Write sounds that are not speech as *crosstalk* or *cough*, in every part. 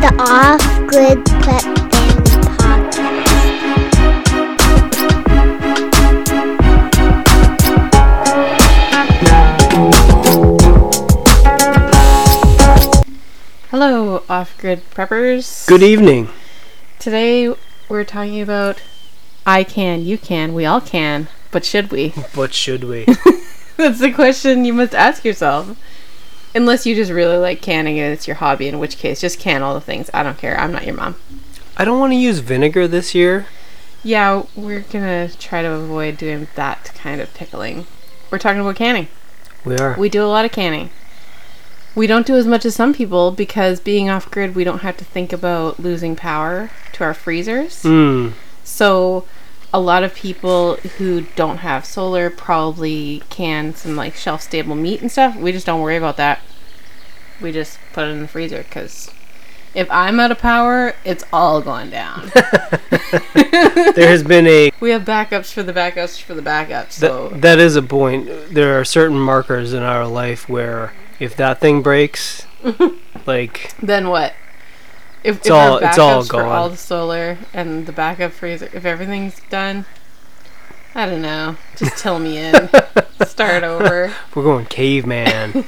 the Off Grid Pet Things podcast. Hello, off grid preppers. Good e- evening. Today we're talking about I can, you can, we all can, but should we? *laughs* But should we? That's the question you must ask yourself. Unless you just really like canning and it's your hobby, in which case, just can all the things. I don't care. I'm not your mom. I don't want to use vinegar this year. Yeah, we're gonna try to avoid doing that kind of pickling. We're talking about canning. We are. We do a lot of canning. We don't do as much as some people because being off grid, we don't have to think about losing power to our freezers. Mm. So, a lot of people who don't have solar probably can some like shelf stable meat and stuff. We just don't worry about that. We just put it in the freezer because if I'm out of power, it's all going *laughs* down. There has been a we have backups for the backups for the backups. So, that, that is a point. There are certain markers in our life where if that thing breaks, like then what? If, It's all- it's all for gone. all the solar and the backup freezer, if everything's done, I don't know. *laughs* Just tell me in. Start over. we're going caveman.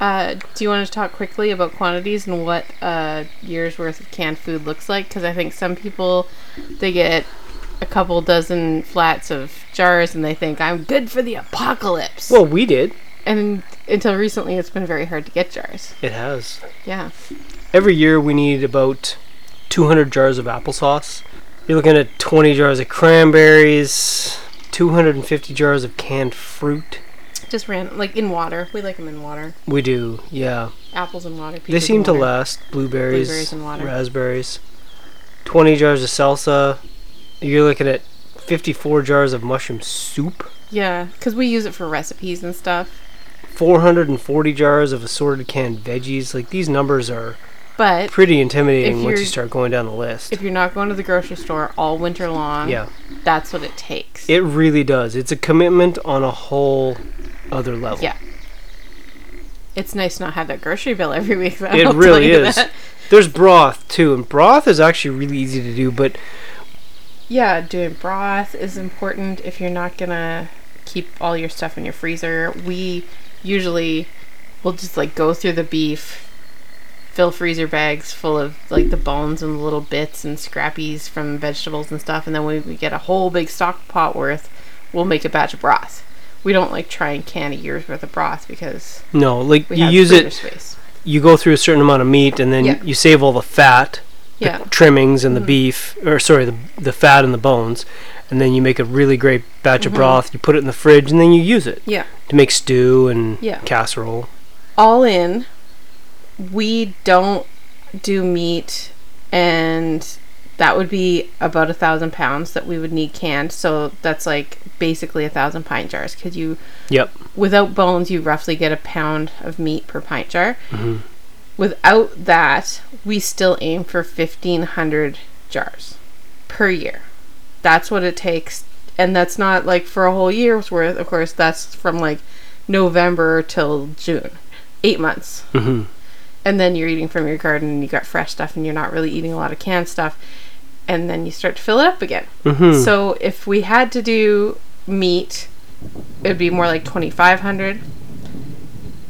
uh, do you want to talk quickly about quantities and what a year's worth of canned food looks like? Because I think some people they get a couple dozen flats of jars and they think I'm good for the apocalypse. well, we did. and until recently, it's been very hard to get jars. It has. Yeah. Every year we need about 200 jars of applesauce. You're looking at 20 jars of cranberries, 250 jars of canned fruit. Just random, like in water. We like them in water. We do, yeah. Apples and water. They peaches seem and to water. last. Blueberries, Blueberries and water. raspberries. 20 jars of salsa. You're looking at 54 jars of mushroom soup. Yeah, because we use it for recipes and stuff. 440 jars of assorted canned veggies. Like these numbers are But pretty If intimidating once you you're- start going down the list. if you're not going to the grocery store all winter long, Yeah. that's what it takes. It really does. It's a commitment on a whole other level. yeah. *laughs* It's nice to not have that grocery bill every week. Though, *laughs* It I'll tell really you is. that. There's broth too, and broth is actually really easy to do, but Yeah, doing broth is important if you're not gonna keep all your stuff in your freezer. We usually will just like go through the beef, fill freezer bags full of like the bones and little bits and scrappies from vegetables and stuff, and then when we get a whole big stock pot worth, we'll make a batch of broth. We don't like try and can a year's worth of broth because no, like we you have use freezer it space. you go through a certain amount of meat and then Yeah. you save all the fat. the Yeah. Mm-hmm. trimmings and the beef, or sorry, the, the fat and the bones, and then you make a really great batch of broth. You put it in the fridge, and then you use it Mm-hmm. Yeah. to make stew and Yeah. casserole. all in, we don't do meat, and that would be about a thousand pounds that we would need canned. So that's like basically a thousand pint jars because you, Yep, without bones, you roughly get a pound of meat per pint jar. Without that, we still aim for fifteen hundred jars per year. That's what it takes, and that's not like for a whole year's worth. Of course, that's from like November till June, eight months hmm and then you're eating from your garden and you got fresh stuff and you're not really eating a lot of canned stuff and then you start to fill it up again Mhm. so if we had to do meat it would be more like 2500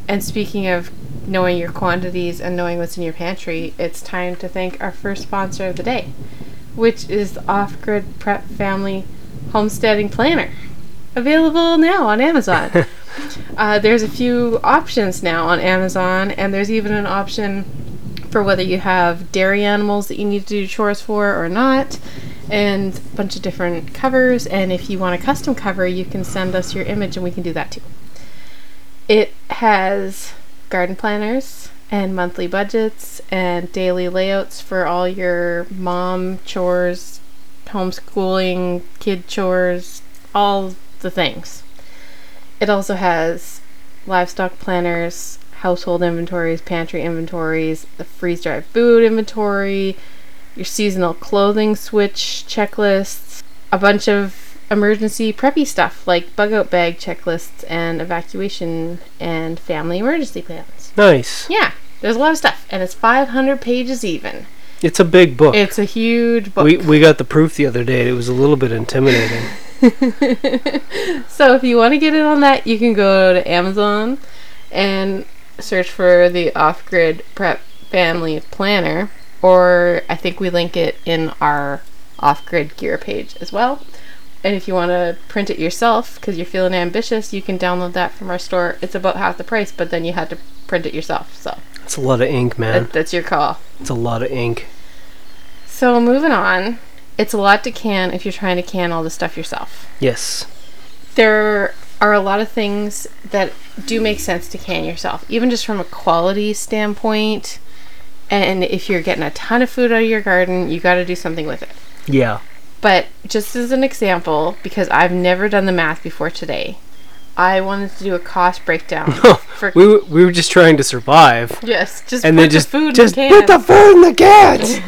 and speaking of knowing your quantities and knowing what's in your pantry it's time to thank our first sponsor of the day which is the off-grid prep family homesteading planner available now on amazon uh, there's a few options now on Amazon, and there's even an option for whether you have dairy animals that you need to do chores for or not, and a bunch of different covers. And if you want a custom cover, you can send us your image and we can do that too. It has garden planners and monthly budgets and daily layouts for all your mom chores, homeschooling, kid chores, all the things. It also has livestock planners, household inventories, pantry inventories, the freeze dried food inventory, your seasonal clothing switch checklists, a bunch of emergency preppy stuff like bug out bag checklists and evacuation and family emergency plans. nice. Yeah. There's a lot of stuff, and it's 500 pages even. It's a big book. It's a huge book. We we got the proof the other day. and It was a little bit intimidating. so if you want to get in on that, you can go to Amazon and search for the Off Grid Prep Family Planner, or I think we link it in our Off Grid Gear page as well. And if you want to print it yourself because you're feeling ambitious, you can download that from our store. It's about half the price, but then you had to print it yourself. So It's a lot of ink, man. that, that's your call. It's a lot of ink. So moving on, it's a lot to can if you're trying to can all the stuff yourself. Yes. there are a lot of things that do make sense to can yourself, even just from a quality standpoint. And if you're getting a ton of food out of your garden, you got to do something with it. Yeah. But just as an example, because I've never done the math before today, I wanted to do a cost breakdown for *laughs* We were, we were just trying to survive, yes, just and put then the just food just in put the food in the cat.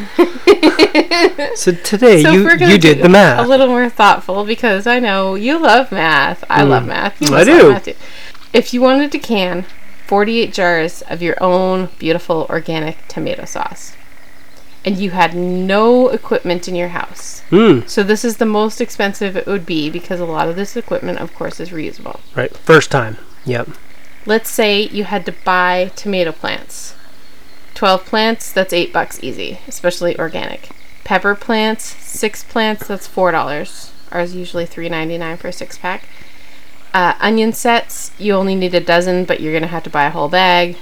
*laughs* so today so you if we're gonna you did do the math. A little more thoughtful because I know you love math. I love math. You Mm. I must do. Love math too. If you wanted to can 48 jars of your own beautiful organic tomato sauce, and you had no equipment in your house, Mm, so this is the most expensive it would be because a lot of this equipment, of course, is reusable. right. First time. Yep. Let's say you had to buy tomato plants. 12 plants, that's 8 bucks easy, especially organic. Pepper plants, 6 plants, that's $4. Ours usually $3.99 for a 6 pack. Uh, onion sets, you only need a dozen, but you're going to have to buy a whole bag,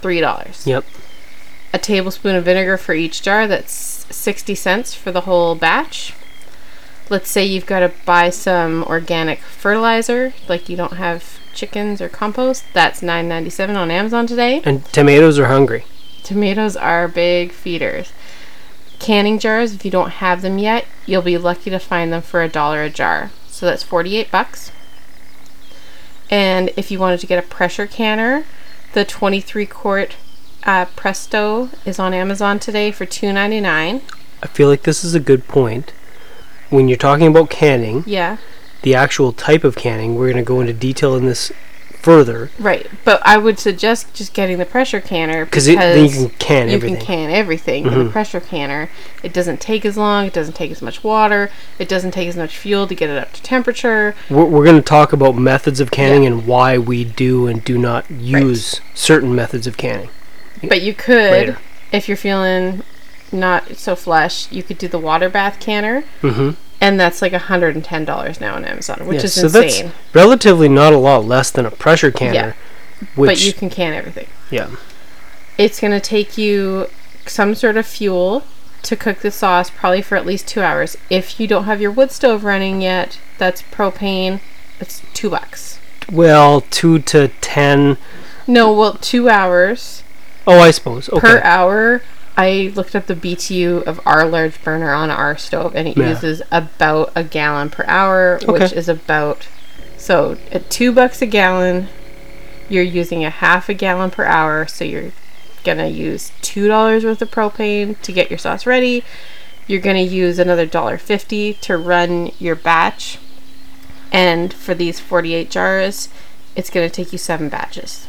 $3. Yep. A tablespoon of vinegar for each jar, that's 60 cents for the whole batch. Let's say you've got to buy some organic fertilizer, like you don't have chickens or compost, that's $9.97 on Amazon today. And tomatoes are hungry. Tomatoes are big feeders. Canning jars, if you don't have them yet, you'll be lucky to find them for a dollar a jar. So that's 48 bucks. And if you wanted to get a pressure canner, the 23 quart uh, Presto is on Amazon today for $2.99. I feel like this is a good point. When you're talking about canning, Yeah, the actual type of canning, we're going to go into detail in this further right. But I would suggest just getting the pressure canner because then you because can can you everything. Mm-hmm. can can everything in a pressure canner. It doesn't take as long. It doesn't take as much water. It doesn't take as much fuel to get it up to temperature. We're, we're going to talk about methods of canning and why we do and do not use certain methods of canning. But you could, Later. if you're feeling not so flush, you could do the water bath canner, Mm-hmm. and that's like hundred and ten dollars now on Amazon, which is so insane. that's relatively not a lot less than a pressure canner. Which, But you can can everything. yeah, It's going to take you some sort of fuel to cook the sauce, probably for at least two hours. If you don't have your wood stove running yet, that's propane. It's two bucks. well, two to ten. No, well, two hours Oh, I suppose. Okay. per hour. I looked up the BTU of our large burner on our stove, and it Yeah. uses about a gallon per hour, which Okay. is about so at two bucks a gallon, you're using a half a gallon per hour, so you're gonna use two dollars worth of propane to get your sauce ready. You're gonna use another dollar fifty to run your batch, and for these forty-eight jars, it's gonna take you seven batches.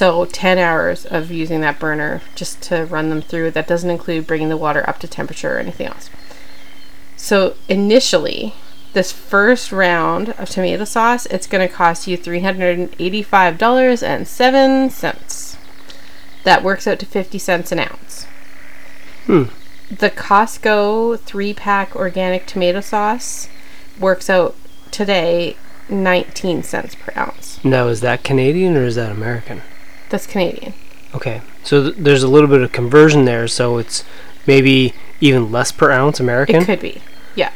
So 10 hours of using that burner just to run them through. That doesn't include bringing the water up to temperature or anything else. So initially, this first round of tomato sauce, it's going to cost you $385.07. That works out to 50 cents an ounce. Hmm. The Costco 3-pack organic tomato sauce works out today 19 cents per ounce. Now, is that Canadian or is that American? That's Canadian. Okay, so th- there's a little bit of conversion there, so it's maybe even less per ounce American. It could be. Yeah.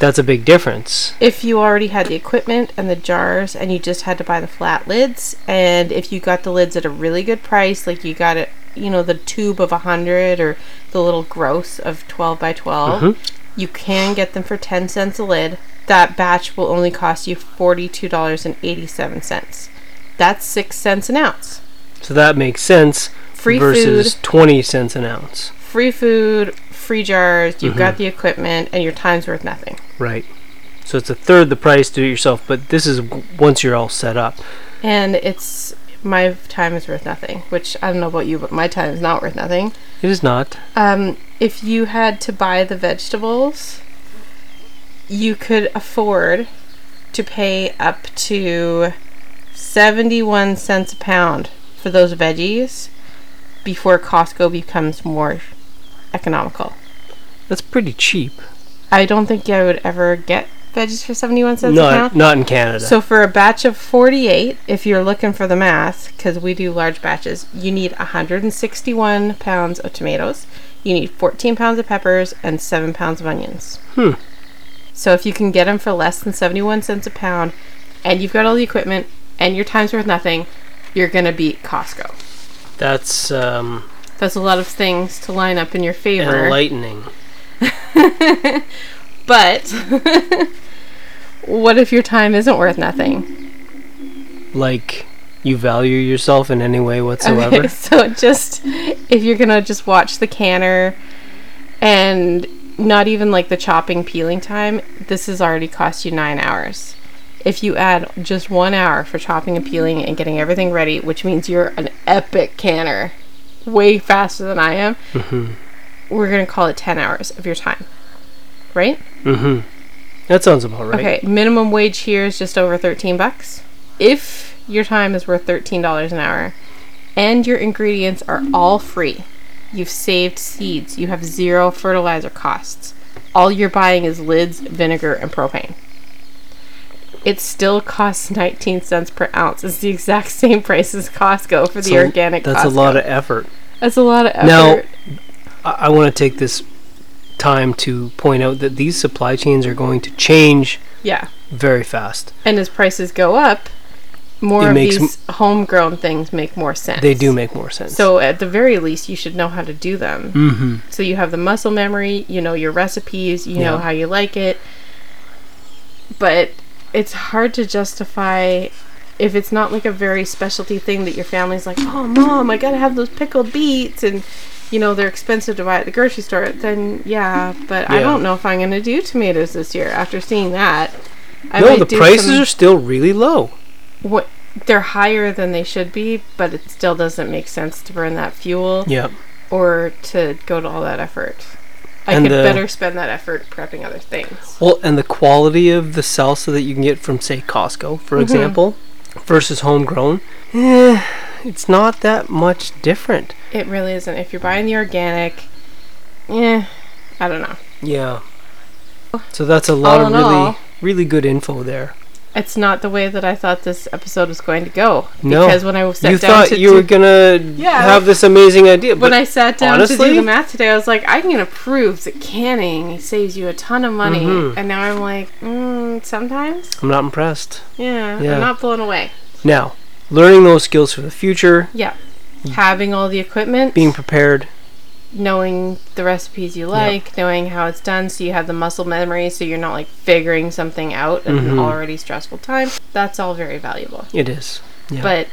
That's a big difference. if you already had the equipment and the jars and you just had to buy the flat lids and if you got the lids at a really good price like you got it you know the tube of 100 or the little gross of 12 by 12 you can get them for 10 cents a lid that batch will only cost you $42.87 that's 6 cents an ounce So that makes sense. Free versus 20 cents an ounce. free food free jars you've got the equipment and your time's worth nothing Right. So it's a third the price do it yourself, but this is w- once you're all set up. and it's my time is worth nothing, which I don't know about you, but my time is not worth nothing. It is not. Um, if you had to buy the vegetables, you could afford to pay up to 71 cents a pound for those veggies before Costco becomes more economical. That's pretty cheap. I don't think I would ever get veggies for 71 cents a Not pound. not in Canada. So for a batch of 48, if you're looking for the math, because we do large batches, you need 161 pounds of tomatoes, you need 14 pounds of peppers, and 7 pounds of onions. Hmm. So if you can get them for less than 71 cents a pound, and you've got all the equipment, and your time's worth nothing, you're going to beat Costco. That's um, That's a lot of things to line up in your favor. enlightening. but *laughs* what if your time isn't worth nothing? Like you value yourself in any way whatsoever. *laughs* Okay, so just if you're gonna just watch the canner and not even like the chopping peeling time, this has already cost you nine hours. If you add just one hour for chopping and peeling and getting everything ready, which means you're an epic canner, way faster than I am, we're gonna call it ten hours of your time, right? That sounds about right. Okay, minimum wage here is just over 13 bucks. If your time is worth $13 an hour and your ingredients are all free, you've saved seeds, you have zero fertilizer costs. All you're buying is lids, vinegar, and propane. It still costs 19 cents per ounce. It's the exact *laughs* same price as Costco for the So organic That's a Costco. lot of effort. That's a lot of effort. Now, I, I want to take this time to point out that these supply chains are going to change yeah. very fast. And as prices go up, more It of makes m- these homegrown things make more sense. They do make more sense. So at the very least, you should know how to do them. Mm-hmm. So you have the muscle memory, you know your recipes, you know Yeah. how you like it. But it's hard to justify if it's not like a very specialty thing that your family's like, oh mom, I gotta have those pickled beets and. You know they're expensive to buy at the grocery store. Then yeah, but I Yeah. don't know if I'm going to do tomatoes this year after seeing that. I no, might the do prices some- are still really low. what they're higher than they should be, but it still doesn't make sense to burn that fuel Yeah. or to go to all that effort. I And could the- better spend that effort prepping other *sighs* things. Well, and the quality of the salsa that you can get from, say, Costco, Mm-hmm. for example, versus homegrown, eh, it's not that much different. It really isn't. If you're buying the organic, eh, I don't know. Yeah. So that's a All lot of in really, all- really good info there. It's not the way that I thought this episode was going to go. No, Because when I sat you down thought to you do- were gonna Yeah. have this amazing idea, but when I sat down to honestly- do the math today, I was like, I'm gonna prove that canning saves you a ton of money, Mm-hmm. and now I'm like, mm, sometimes, I'm not impressed. yeah, Yeah. I'm not blown away. Now, learning those skills for the future, Yeah. Having all the equipment, being prepared. knowing the recipes you like, knowing how it's done, so you have the muscle memory, so you're not like figuring something out at Mm-hmm. an already stressful time. That's all very valuable. It is. Yeah. But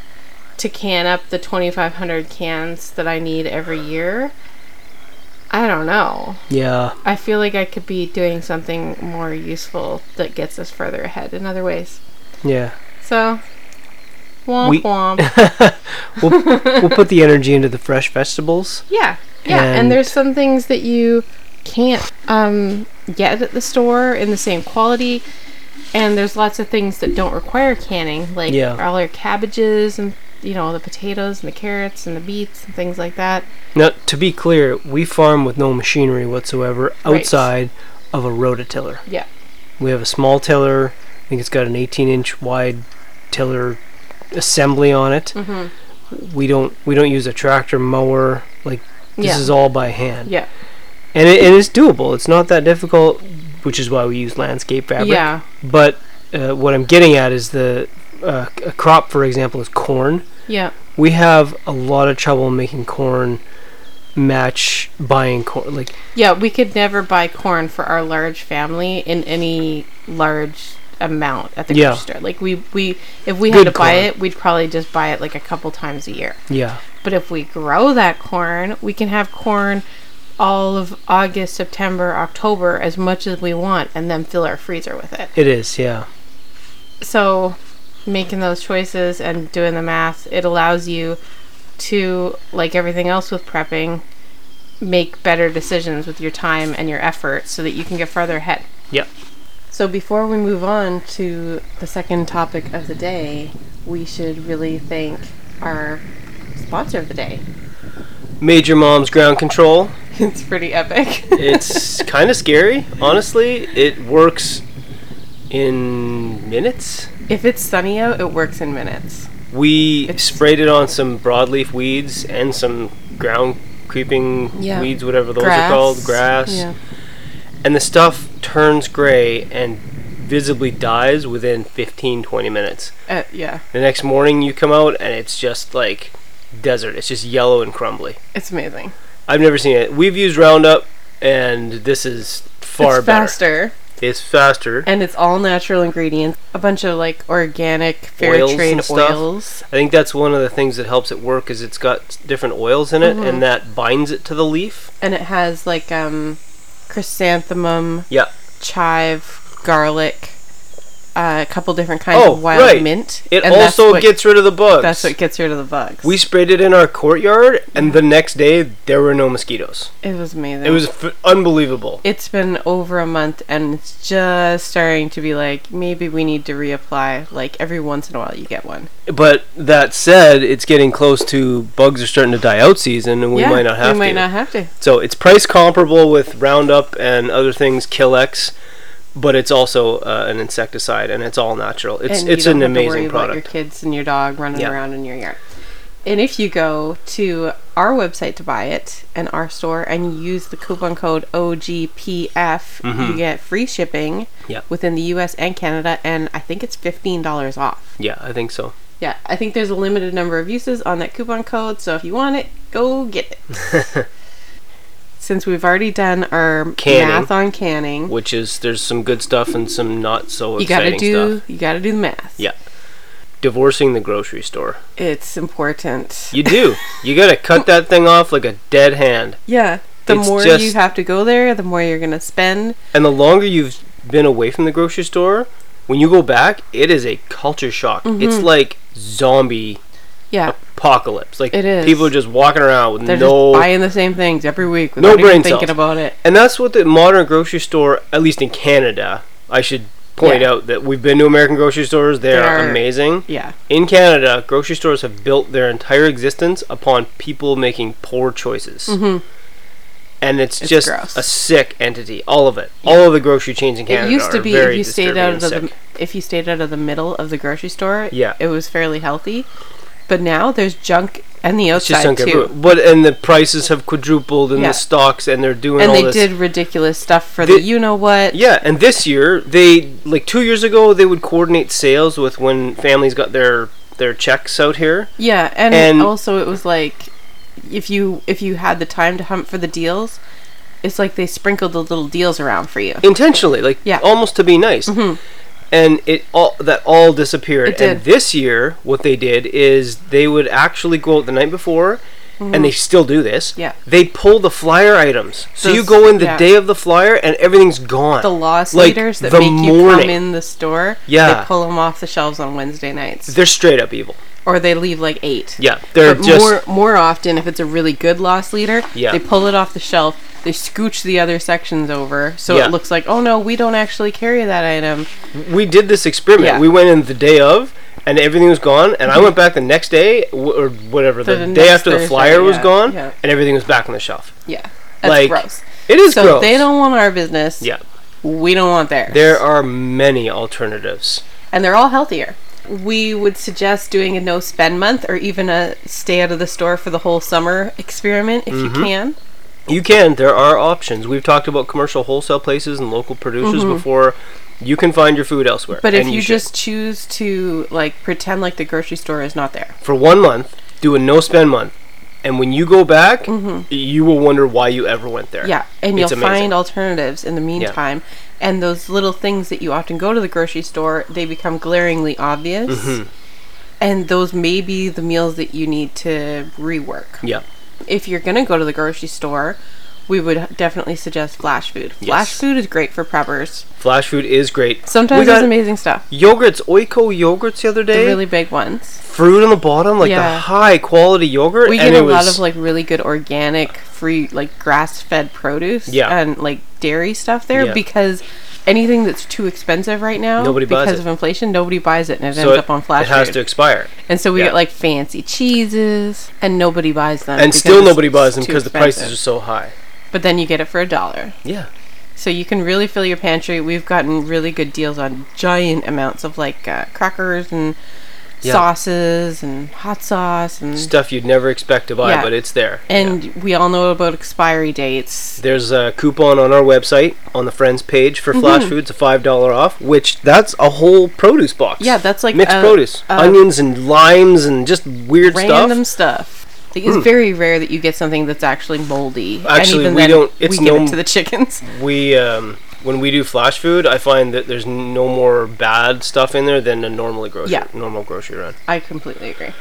to can up the 2,500 cans that I need every year, I don't know. yeah. I feel like I could be doing something more useful that gets us further ahead in other ways. *laughs* Yeah. So, womp We- womp. We'll, we'll put the energy into the fresh vegetables. Yeah, yeah. And, And- there's some things that you can't um, get at the store in the same quality. And there's lots of things that don't require canning, like Yeah. all your cabbages and you know the potatoes and the carrots and the beets and things like that. Now, to be clear, we farm with no machinery whatsoever Right. outside of a rototiller. Yeah, We have a small tiller. I think it's got an 18-inch wide tiller assembly on it. Mm-hmm. We don't we don't use a tractor mower. Like this Yeah. is all by hand, yeah, and it, and it's doable. It's not that difficult, which is why we use landscape fabric. yeah, But uh, what I'm getting at is the uh, a crop, for example, is corn. yeah. We have a lot of trouble making corn match buying corn. Like Yeah, we could never buy corn for our large family in any large amount at the Yeah. grocery store. Like we, we if we Good had to buy corn. it, we'd probably just buy it like a couple times a year. yeah, But if we grow that corn, we can have corn all of August, September, October as much as we want and then fill our freezer with it. it is. Yeah, So making those choices and doing the math, it allows you to, like everything else with prepping, make better decisions with your time and your effort so that you can get farther ahead. Yep. So before we move on to the second topic of the day, we should really thank our sponsor of the day. *laughs* Major Mom's ground control. It's pretty epic. *laughs* It's kind of scary, honestly. It works in minutes. if it's sunny out, it works in minutes. We It's- sprayed it on some broadleaf weeds and some ground creeping Yeah. weeds, whatever those are called, grass. Yeah. And the stuff turns gray and visibly dies within 15 20 minutes. Uh, yeah. The next morning you come out and it's just like desert. It's just yellow and crumbly. It's amazing. I've never seen it. We've used Roundup and this is far it's better. faster It's faster. and it's all natural ingredients. A bunch of like organic fair Oils trade and stuff. oils. I think that's one of the things that helps it work is it's got different oils in it Mm-hmm. and that binds it to the leaf. And it has like um chrysanthemum, Yeah. chive, garlic, uh, a couple different kinds Oh, of wild right. mint. It and that's also what- gets rid of the bugs. that's what Mm-hmm. gets rid of the bugs. we sprayed it in our courtyard and the next day there were no mosquitoes. it was amazing. It was f- unbelievable. It's been over a month and it's just starting to be like maybe we need to reapply. Like every once in a while you get one. But that said, it's getting close to bugs are starting to die out season and we Yeah, might not have We might to. not have to. So it's price comparable with Roundup and other things, Killex, but it's also uh, an insecticide and it's all natural. It's and it's you don't an have to worry amazing about product. your kids and your dog running Yeah. around in your yard. And if you go to our website to buy it and our store and you use the coupon code OGPF, you get free shipping Mm-hmm. Yeah. within the US and Canada and I think it's $15 off. Yeah, I think so. Yeah, I think there's a limited number of uses on that coupon code, so if you want it, go get it. *laughs* Since we've already done our Canning. math on canning, Which is there's some good stuff and some not so you got to exciting do stuff. you got to do the math. Yeah. Divorcing the grocery store. It's important. *laughs* You do. you gotta cut that thing off like a dead hand. Yeah. The It's more you just- have to go there, the more you're gonna spend. And the longer you've been away from the grocery store, when you go back, it is a culture shock. Mm-hmm. It's like zombie Yeah. apocalypse. Like It is. people are just walking around with They're no just buying the same things every week No without even brain thinking cells. about it. And that's what the modern grocery store, at least in Canada, I should point Yeah. out that we've been to American grocery stores. They, They are, are- amazing. Yeah. In Canada, grocery stores have built their entire existence upon people making poor choices. And it's, Mm-hmm. It's just gross. a sick entity. All of it. All of the grocery chains in Canada. it used to are be very if you stayed disturbing out and of the sick. if you stayed out of the middle of the grocery store, Yeah. it was fairly healthy. But now there's junk and the It's just outside uncomfortable. too. But and the prices have quadrupled and Yeah. the stocks and they're doing And all they this did ridiculous stuff for the Thi- you know what. Yeah, and this year they like two years ago they would coordinate sales with when families got their their checks out here. Yeah, and, And- also it was like if you if you had the time to hunt for the deals, it's like they sprinkled the little deals around for you. intentionally, like Yeah. Mm-hmm. almost to be nice. And it all that all disappeared. It And did. this year, what they did is they would actually go out the night before, and they still do this. Mm-hmm. Yeah. they pull the flyer items. So you Those- go in the yeah. day of the flyer, and everything's gone. the loss Like, leaders that the make you morning. come in the store. Yeah. they pull them off the shelves on Wednesday nights, They're straight up evil. or they leave like eight. Yeah, they're but just more more often if it's a really good loss leader, Yeah. they pull it off the shelf. They scooch the other sections over, so Yeah. it looks like, oh no, we don't actually carry that item. we did this experiment. Yeah. Mm-hmm. We went in the day of, and everything was gone. And I went back the next day, w- or whatever, the, The day next after the Thursday, flyer was yeah, gone, yeah. and everything was back on the shelf. Yeah, that's Like, gross. It is So gross. they don't want our business. Yeah, we don't want theirs. there are many alternatives. and they're all healthier. We would suggest doing a no spend month or even a stay out of the store for the whole summer experiment if Mm-hmm. you can. You can. There are options. We've talked about commercial wholesale places and local producers before. You can find your food elsewhere. Mm-hmm. But if and you, should. just choose to like pretend like the grocery store is not there, for one month, do a no spend month, and when you go back, you will wonder why you ever went there. Mm-hmm. yeah, and It's you'll amazing. find alternatives in the meantime. And those little things that you often go to the grocery store, they become glaringly obvious. Mm-hmm. And those may be the meals that you need to rework. Yeah. If you're going to go to the grocery store, we would definitely suggest Flash Food. Flash Yes. Food is great for preppers. Flash food is great. Sometimes We there's got- amazing stuff. Yogurts, Oiko yogurts the other The day. really big ones. fruit on the bottom, like Yeah. the high quality yogurt. We and get a it was, lot of like really good organic, free, like grass fed produce Yeah. and like dairy stuff there Yeah. because anything that's too expensive right now Nobody buys because it. of inflation, nobody buys it and it so ends it- up on Flash It has Food. to expire, And so we Yeah. get like fancy cheeses, and nobody buys them. and because still it's nobody buys them too because the prices are expensive. so high. But then you get it for a dollar, Yeah, so you can really fill your pantry. We've gotten really good deals on giant amounts of like uh, crackers and Yeah. sauces and hot sauce and stuff you'd never expect to buy, Mm-hmm. Yeah. but it's there. Yeah. and we all know about expiry dates. There's a coupon on our website on the friends page for Flash Mm-hmm. Foods, a five dollar off, which that's a whole produce box. Yeah, that's like mixed a- produce, a- onions and limes and just weird Random stuff. Hmm. stuff. Like, it's very rare that you get something that's actually moldy. Actually, and even we then, don't- it's we give no- it to the chickens. *laughs* We um, when we do Flash Food, I find that there's no more bad stuff in there than a normal grocery Yeah. normal grocery run. I completely agree.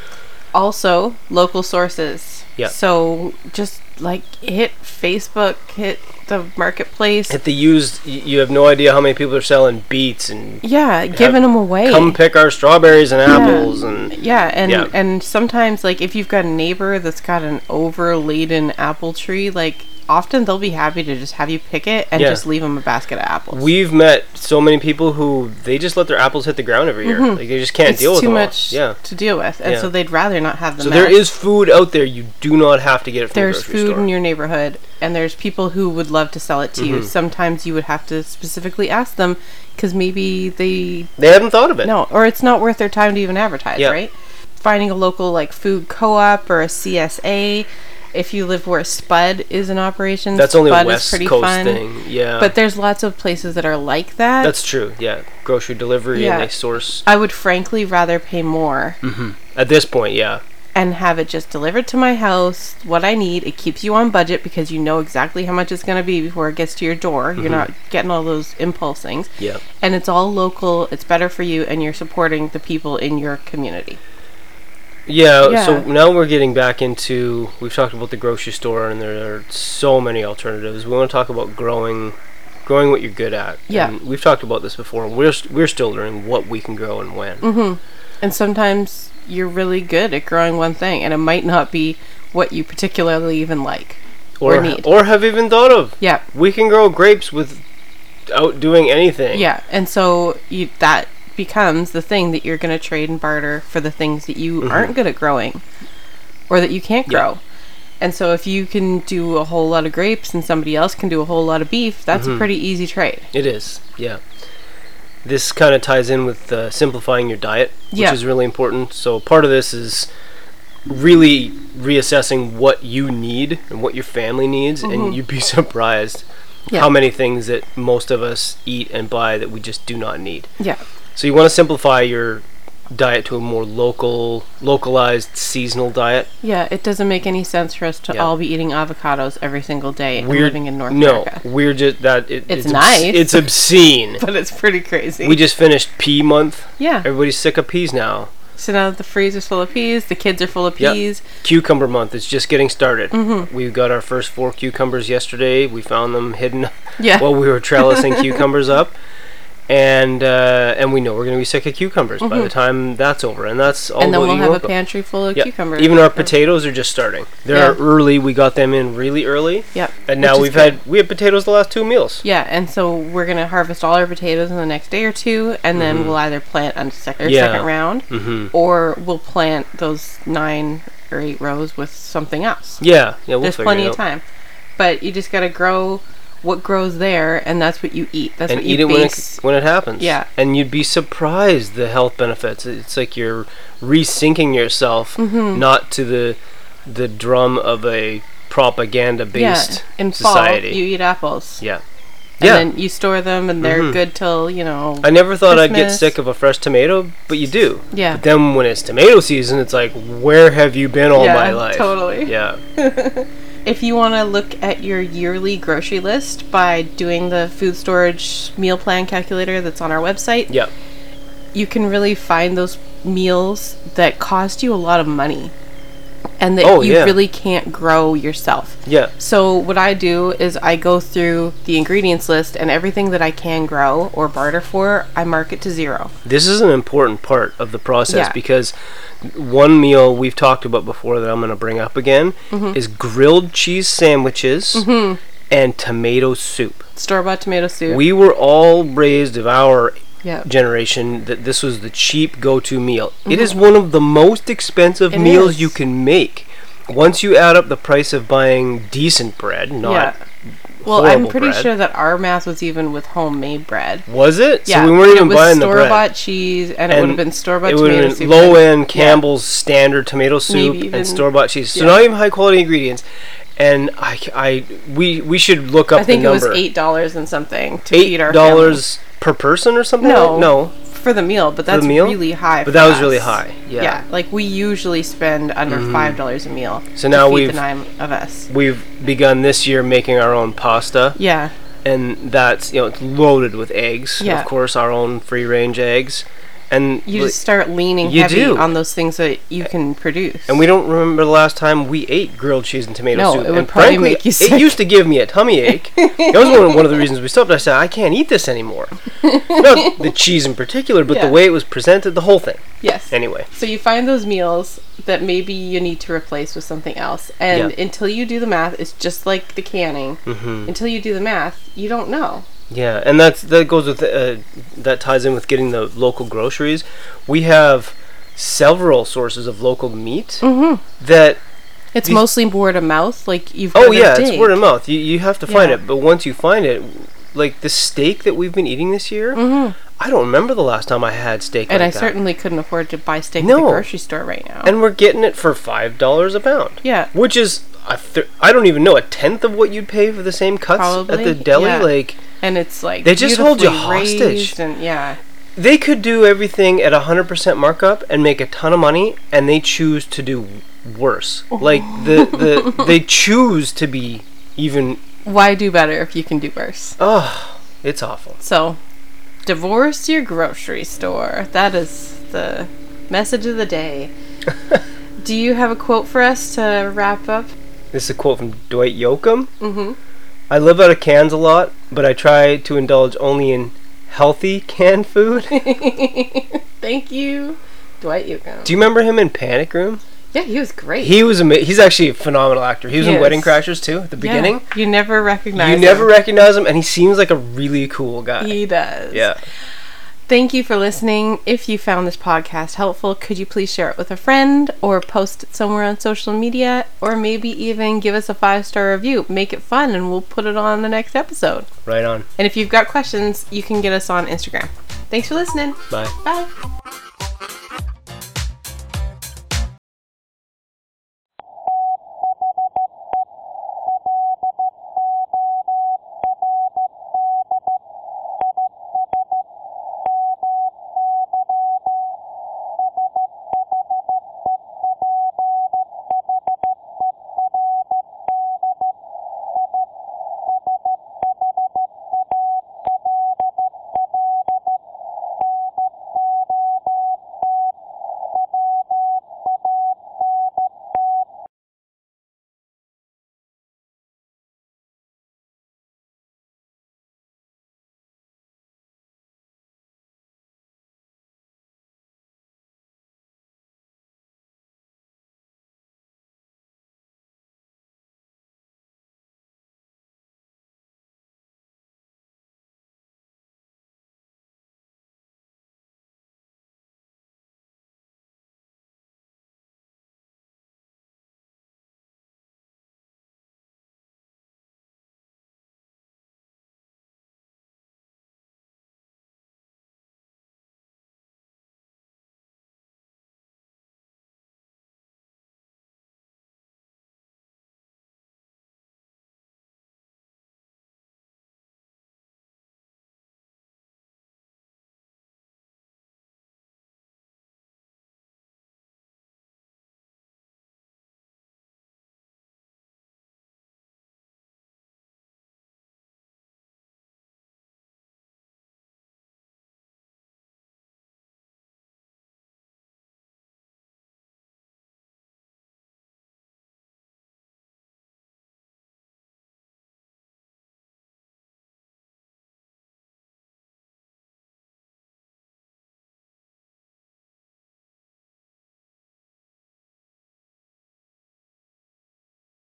Also, local sources. Yeah. So just like hit Facebook, hit the marketplace. At the used, y- you have no idea how many people are selling beets and yeah, giving them away. come pick our strawberries and apples and yeah, and Yeah. and sometimes like if you've got a neighbor that's got an overladen apple tree, like often they'll be happy to just have you pick it and Yeah. just leave them a basket of apples. we've met so many people who they just let their apples hit the ground every year. Like they just can't Mm-hmm. it's deal with too them all. much Yeah. to deal with, and Yeah. so they'd rather not have them. So there out. is food out there. You do not have to get it from there's the grocery food store. Mm-hmm. in your neighborhood and there's people who would love to sell it to you sometimes you would have to specifically ask them because maybe they they haven't thought of it. no or it's not worth their time to even advertise Yeah. right finding a local like food co-op or a csa if you live where spud is in operation that's only a spud West Coast thing. Yeah, but there's lots of places that are like that that's true. Yeah, grocery delivery and Yeah. they source i would frankly rather pay more Hmm. at this point. Yeah, and have it just delivered to my house what I need. It keeps you on budget because you know exactly how much it's going to be before it gets to your door. You're Mm-hmm. not getting all those impulse things. yeah. And it's all local, it's better for you, and you're supporting the people in your community. Yeah, so Yeah. now we're getting back into we've talked about the grocery store and there are so many alternatives. We want to talk about growing growing what you're good at. Yeah. And we've talked about this before and we're st- we're still learning what we can grow and when. Mm-hmm. And sometimes you're really good at growing one thing, and it might not be what you particularly even like. Or or need. or have even thought of. Yeah. We can grow grapes without doing anything. Yeah. And so you, that becomes the thing that you're going to trade and barter for the things that you aren't good at growing or that you can't Mm-hmm. Yeah. grow. And so if you can do a whole lot of grapes and somebody else can do a whole lot of beef, that's Mm-hmm. a pretty easy trade. It is. Yeah. This kind of ties in with uh, simplifying your diet, which Yeah. is really important. So part of this is really reassessing what you need and what your family needs, and you'd be *laughs* surprised Mm-hmm. Yeah. how many things that most of us eat and buy that we just do not need. Yeah. So you want to simplify your diet to a more local, localized, seasonal diet. Yeah, it doesn't make any sense for us to Yeah. all be eating avocados every single day and living in North no, America. *laughs* we're just that. It, It's obs- nice. *laughs* It's obscene. But it's pretty crazy. we just finished pea month. yeah. Everybody's sick of peas now. So now the freezer's full of peas, the kids are full of Yep. peas. Cucumber month is just getting started. Mm-hmm. We got our first four cucumbers yesterday. We found them hidden *laughs* Yeah. while we were *laughs* trellising cucumbers up, and uh, and we know we're going to be sick of cucumbers by the time that's over. And that's all. Mm-hmm. and then what we'll Oh, you have a want. pantry full of Yeah. cucumbers. Even our potatoes are just starting. They're Yeah. early. We got them in really early, Yep. and which now is we've good. had we had potatoes the last two meals. Yeah, and so we're gonna harvest all our potatoes in the next day or two, and then we'll either plant on sec- our Mm-hmm. Yeah. second round, Mhm. or we'll plant those nine or eight rows with something else. Yeah, yeah, we'll There's figure it plenty of out. time, but you just gotta grow what grows there, and that's what you eat. That's and what you eat it when it, base. when it happens. Yeah. And you'd be surprised the health benefits. It's like you're resyncing yourself Mm-hmm. not to the the drum of a propaganda based yeah, in society. fall you eat apples. yeah. And yeah. Mm-hmm. then you store them, and they're good till you know. I never thought I'd get Christmas. sick of a fresh tomato, but you do. Yeah. But then when it's tomato season, it's like, where have you been all Yeah, my life? totally. Yeah. If you want to look at your yearly grocery list by doing the food storage meal plan calculator that's on our website, Yeah. you can really find those meals that cost you a lot of money and that Oh, you yeah. really can't grow yourself. Yeah. So what I do is I go through the ingredients list and everything that I can grow or barter for, I mark it to zero. This is an important part of the process Yeah. because one meal we've talked about before that I'm going to bring up again Mm-hmm. is grilled cheese sandwiches and tomato soup. Store bought tomato soup. We were all raised of our Yep. generation that this was the cheap go-to meal. It is one of the most expensive Mm-hmm. It meals is. you can make. Once you add up the price of buying decent bread, not Well, I'm horrible pretty bread. sure that our math was even with homemade bread. was it? Yeah, so we weren't and even it was buying the store bread. bought cheese, and, it And would have been store bought it tomato would have soup. been low and- end Campbell's standard tomato soup Maybe even- and store bought cheese. So yeah. not even high quality ingredients. And I, c- I- we we should look up I think the it was number. eight dollars and something to feed our eight dollars per person or something. like- No. no, family. for the meal, but that's meal? really high. for but that was us. really high. Yeah. Mm-hmm. like we usually spend under five dollars a meal. So now to feed we've- the nine of us. We've begun this year making our own pasta, Yeah, and that's you know it's loaded with eggs. Yeah. Of course, our own free range eggs, and you li- just start leaning You heavy do. on those things that you can produce. And we don't remember the last time we ate grilled cheese and tomato No, soup. it would and probably frankly, make you sick. It used to give me a tummy ache. that was one of, one of the reasons we stopped. I said, I can't eat *laughs* this anymore. Not the cheese in particular, but Yeah. the way it was presented, the whole thing. yes. Anyway, So you find those meals that maybe you need to replace with something else. And Yeah. Mm-hmm. until you do the math, it's just like the canning. Until you do the math, you don't know. yeah, and that's that goes with uh, that ties in with getting the local groceries. We have several sources of local meat Mm-hmm. that It's These- mostly word of mouth. Like you've oh gotta yeah, it's dig. word of mouth. You you have to find Yeah. it, but once you find it, like the steak that we've been eating this year, I don't remember the last time I had steak. Mm-hmm. And like I that. certainly couldn't afford to buy steak at No. the grocery store right now. and we're getting it for five dollars a pound. Yeah. which is a th- I don't even know a tenth of what you'd pay for the same cuts at Probably, the deli. yeah. Like and it's like They just hold you beautifully hostage. raised And yeah, they could do everything at a hundred percent markup and make a ton of money, and they choose to do worse. Like the *laughs* the they choose to be even. why do better if you can do worse? Oh, it's awful. So, divorce your grocery store. That is the message of the *laughs* day. do you have a quote for us to wrap up? This is a quote from Dwight Yoakam. Mm-hmm. I live out of cans a lot, but I try to indulge only in healthy *laughs* canned food. *laughs* Thank you, Dwight Yoakam. do you remember him in Panic Room? Yeah, he was great. He was ama- he's actually a phenomenal actor. He was He in is. Wedding Crashers too at the Yeah, beginning. you never recognize. You never him. recognize him, and he seems like a really cool guy. He does. yeah, Thank you for listening. If you found this podcast helpful, could you please share it with a friend or post it somewhere on social media or maybe even give us a five star review? Make it fun and we'll put it on the next episode. right on. And if you've got questions, you can get us on Instagram. Thanks for listening. Bye. Bye.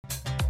Bye.